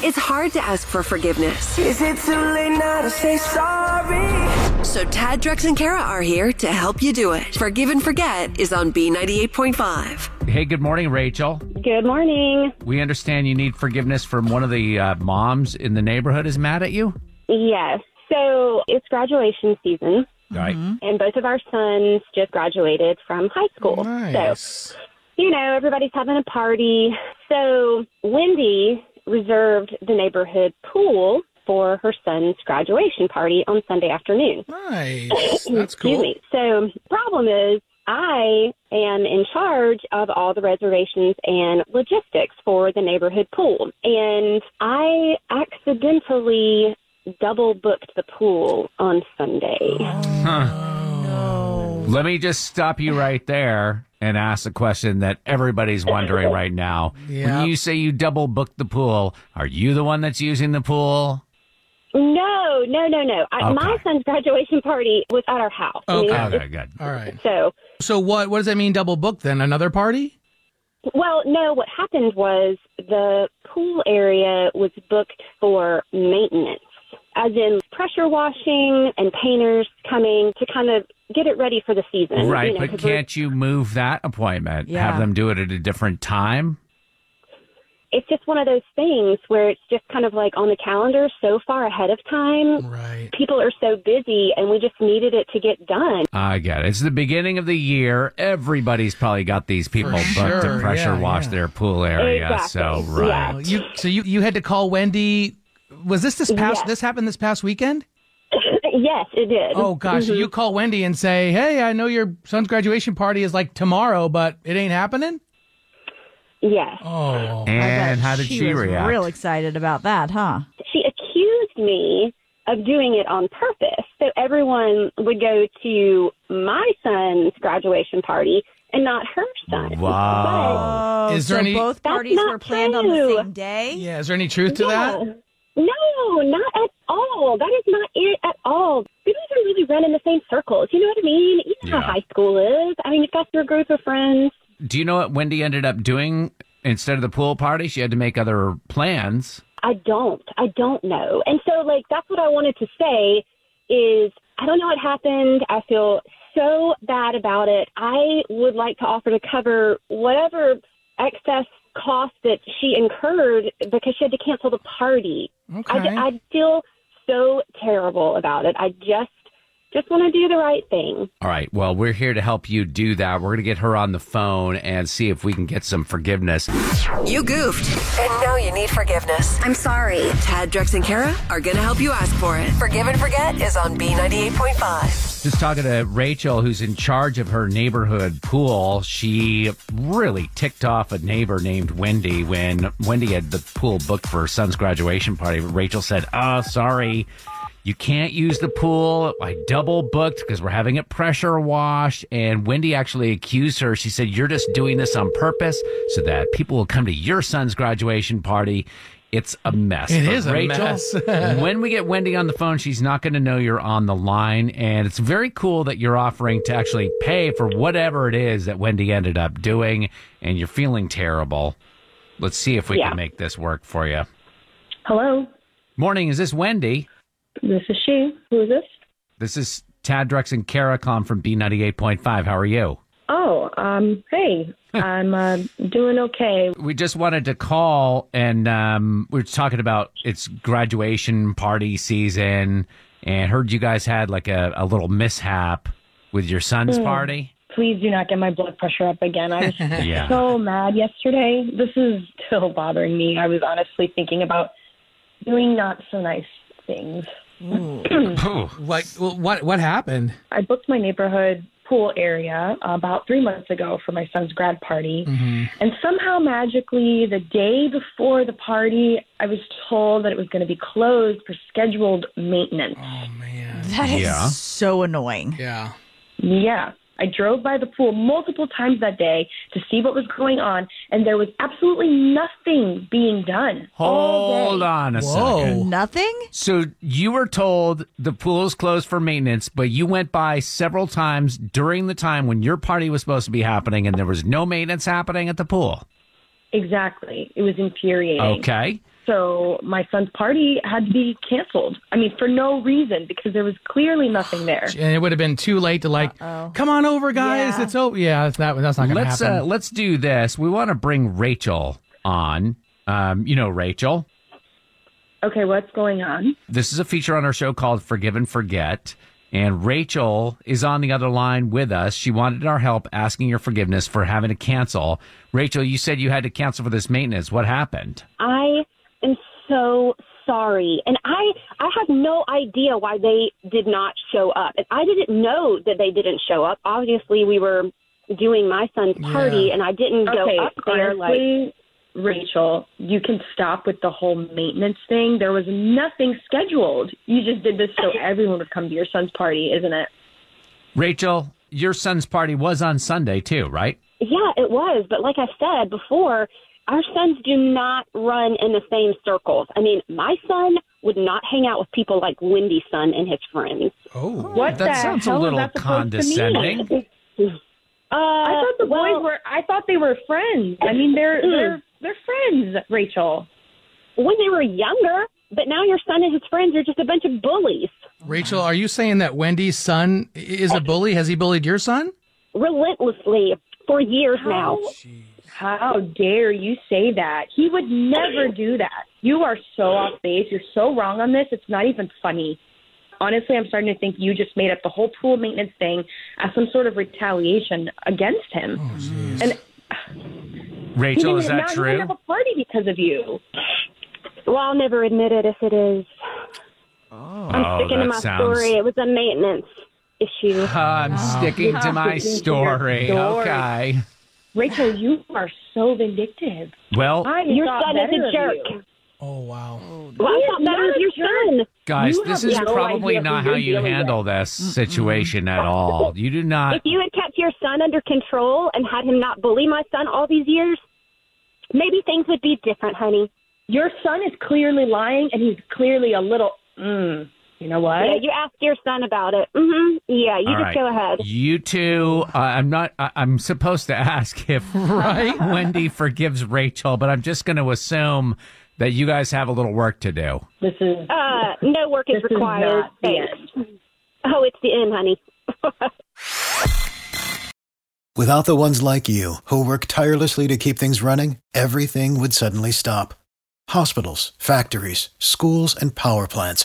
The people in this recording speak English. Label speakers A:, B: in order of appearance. A: It's hard to ask for forgiveness.
B: Is it too late now to say sorry?
A: So Tad, Drex, and Kara are here to help you do it. Forgive and Forget is on B98.5.
C: Hey, good morning, Rachel.
D: Good morning.
C: We understand you need forgiveness from one of the uh, moms in the neighborhood is mad at you.
D: Yes. So it's graduation season,
C: Right.
E: Mm-hmm.
D: and both of our sons just graduated from high school. So, you know, everybody's having a party. So Wendy reserved the neighborhood pool for her son's graduation party on Sunday afternoon.
E: Nice. That's
D: Excuse
E: cool.
D: me. So problem is I am in charge of all the reservations and logistics for the neighborhood pool. And I accidentally double booked the pool on Sunday.
E: Oh.
C: Let me just stop you right there and ask the question that everybody's wondering right now.
E: Yeah.
C: When you say you double booked the pool, are you the one that's using the pool?
D: No, no, no, no. I,
C: Okay.
D: My son's graduation party was at our house. I mean,
E: Okay.
D: it's-
C: Okay, good.
E: All right.
D: So,
E: So what? What does that mean? Double book? Then another party?
D: well, no, what happened was the pool area was booked for maintenance, as in pressure washing and painters coming to kind of get it ready for the season.
C: Right,
D: you know,
C: but
D: 'cause we're-
C: can't you move that appointment?
F: Yeah.
C: Have them do it at a different time?
D: it's just one of those things where it's just kind of like on the calendar so far ahead of time.
E: Right.
D: People are so busy, and we just needed it to get done.
C: I get it. It's the beginning of the year. Everybody's probably got these people booked
E: sure,
C: to pressure
E: yeah,
C: wash
E: yeah.
C: their pool area.
D: Exactly,
C: So,
D: yeah.
C: right.
E: Well, you. So you you had to call Wendy. Was this this past?
D: Yes.
E: This happened this past weekend?
D: yes, it did.
E: Oh gosh. So You call Wendy and say, "Hey, I know your son's graduation party is like tomorrow, but it ain't happening."
D: yes.
E: Oh.
C: And how did she,
F: was
C: react?
F: Real excited about that, huh?
D: she accused me of doing it on purpose. So everyone would go to my son's graduation party and not her son.
C: Wow.
F: Oh,
E: Is there
F: so
E: any-
F: both
D: That's
F: parties
D: not
F: were planned on the
D: true.
F: same day?
E: Yeah. Is there any truth
D: But
E: to that?
D: no, No, not at all. That is not it at all. We don't even really run in the same circles. You know what I mean? You know
C: Yeah.
D: how high school is. I mean, if that's your group of friends,
C: Do you know what Wendy ended up doing instead of the pool party? She had to make other plans.
D: I don't. I don't know. And so, like, that's what I wanted to say is I don't know what happened. I feel so bad about it. I would like to offer to cover whatever excess cost that she incurred because she had to cancel the party. I,
E: Okay.
D: I feel so terrible about it. I just just want to do the right thing.
C: All right. Well, we're here to help you do that. We're going to get her on the phone and see if we can get some forgiveness.
A: You goofed.
B: And now you need forgiveness.
A: I'm sorry. Tad, Drex, and Kara are going to help you ask for it.
B: Forgive and Forget is on B98.5.
C: Just talking to Rachel, who's in charge of her neighborhood pool. She really ticked off a neighbor named Wendy when Wendy had the pool booked for her son's graduation party. But Rachel said, Oh, sorry. You can't use the pool. I double booked because we're having it pressure washed. And Wendy actually accused her. She said, You're just doing this on purpose so that people will come to your son's graduation party. It's a mess.
E: It
C: But
E: is a
C: Rachel,
E: mess.
C: when we get Wendy on the phone, she's not going to know you're on the line. And it's very cool that you're offering to actually pay for whatever it is that Wendy ended up doing. And you're feeling terrible. Let's see if we
D: Yeah.
C: can make this work for you.
G: Hello,
C: Morning, is this Wendy?
G: this is she. Who is this?
C: This is Tad Drex and Caracom from B98.5. How are you?
G: Oh, um, hey, I'm uh, doing okay.
C: We just wanted to call and um, we were talking about it's graduation party season and heard you guys had like a, a little mishap with your son's party.
G: Please do not get my blood pressure up again. I was
C: Yeah.
G: so mad yesterday. This is still bothering me. I was honestly thinking about doing not so nice things.
C: Phew.
E: Like, well, what what happened?
G: I booked my neighborhood
D: pool area about three months ago for my son's grad party. And somehow, magically, the day before the party, I was told that it was going to be closed for scheduled maintenance.
H: Oh man.
F: That is
C: Yeah.
F: so annoying.
H: Yeah.
D: Yeah. I drove by the pool multiple times that day to see what was going on, and there was absolutely nothing being done. all
C: Hold
D: day.
C: on a
H: Whoa.
C: second.
F: Nothing?
C: So you were told the pool is closed for maintenance, but you went by several times during the time when your party was supposed to be happening and there was no maintenance happening at the pool.
D: Exactly. It was infuriating.
C: Okay.
D: So my son's party had to be canceled. I mean, for no reason because there was clearly nothing there.
H: And it would have been too late to like, come on over, guys.
F: Yeah.
H: It's oh yeah, that's not that's not gonna
C: Let's uh,
H: happen.
C: let's do this. We want to bring Rachel on. Um, you know Rachel.
D: Okay, what's going on?
C: This is a feature on our show called Forgive and Forget. And Rachel is on the other line with us. She wanted our help asking your forgiveness for having to cancel. Rachel, you said you had to cancel for this maintenance. What happened?
I: I am so sorry. And I I had no idea why they did not show up. And I didn't know that they didn't show up. Obviously, we were doing my son's party
H: Yeah.
I: and I didn't
D: okay,
I: go up there like
D: honestly, Rachel, you can stop with the whole maintenance thing. There was nothing scheduled. You just did this so everyone would come to your son's party, isn't it?
C: Rachel, your son's party was on Sunday too, right?
I: Yeah, it was, but like I said before, our sons do not run in the same circles. I mean, my son would not hang out with people like Wendy's son and his friends.
H: oh.
D: What
C: that
D: the
C: sounds
D: hell
C: a
D: is
C: little
D: that supposed to mean?
C: condescending.
I: Uh,
D: I thought the
I: well,
D: boys were. I thought they were friends. I mean, they're they're they're friends, Rachel.
I: when they were younger, but now your son and his friends are just a bunch of bullies.
H: Rachel, are you saying that Wendy's son i- is a bully? Has he bullied your son?
I: relentlessly for years now.
D: How dare you say that? He would never do that. You are so off base. You're so wrong on this. It's not even funny. Honestly, I'm starting to think you just made up the whole pool maintenance thing as some sort of retaliation against him. and he
C: Rachel,
D: didn't,
C: Oh, is that
D: now He
C: true?
D: didn't have a party because of you.
I: Well, I'll never admit it if it is. I'm sticking to my story. It was a maintenance issue.
C: I'm sticking to my
D: Sticking to your
C: story.
D: story.
C: Okay.
D: Rachel, you are so vindictive.
C: Well,
D: I
I: Your
D: thought
I: son is
D: better
I: a
D: of
I: jerk.
D: you.
H: Oh wow.
I: Well, I
D: He
I: thought
D: is not
I: that was
D: a
I: your
D: jerk.
I: son.
C: guys,
D: You
C: this
D: have
C: is
D: no
C: probably
D: idea
C: not
D: who
C: how
D: you're
C: you
D: dealing with.
C: handle this situation at all. You do not.
I: If you had kept your son under control and had him not bully my son all these years, maybe things would be different, honey.
D: Your son is clearly lying, and he's clearly a little. Mm, you know what?
I: Yeah, you ask your son about it. hmm Yeah, you
C: All
I: just
C: right.
I: go ahead.
C: You two, uh, I'm not. I, I'm supposed to ask if
H: Right?
C: Wendy forgives Rachel, but I'm just going to assume that you guys have a little work to do.
D: This is
I: Uh, no work is
D: This is
I: required.
D: not the
I: Thanks. Oh, it's the end, honey.
E: Without the ones like you, who work tirelessly to keep things running, everything would suddenly stop. Hospitals, factories, schools, and power plants,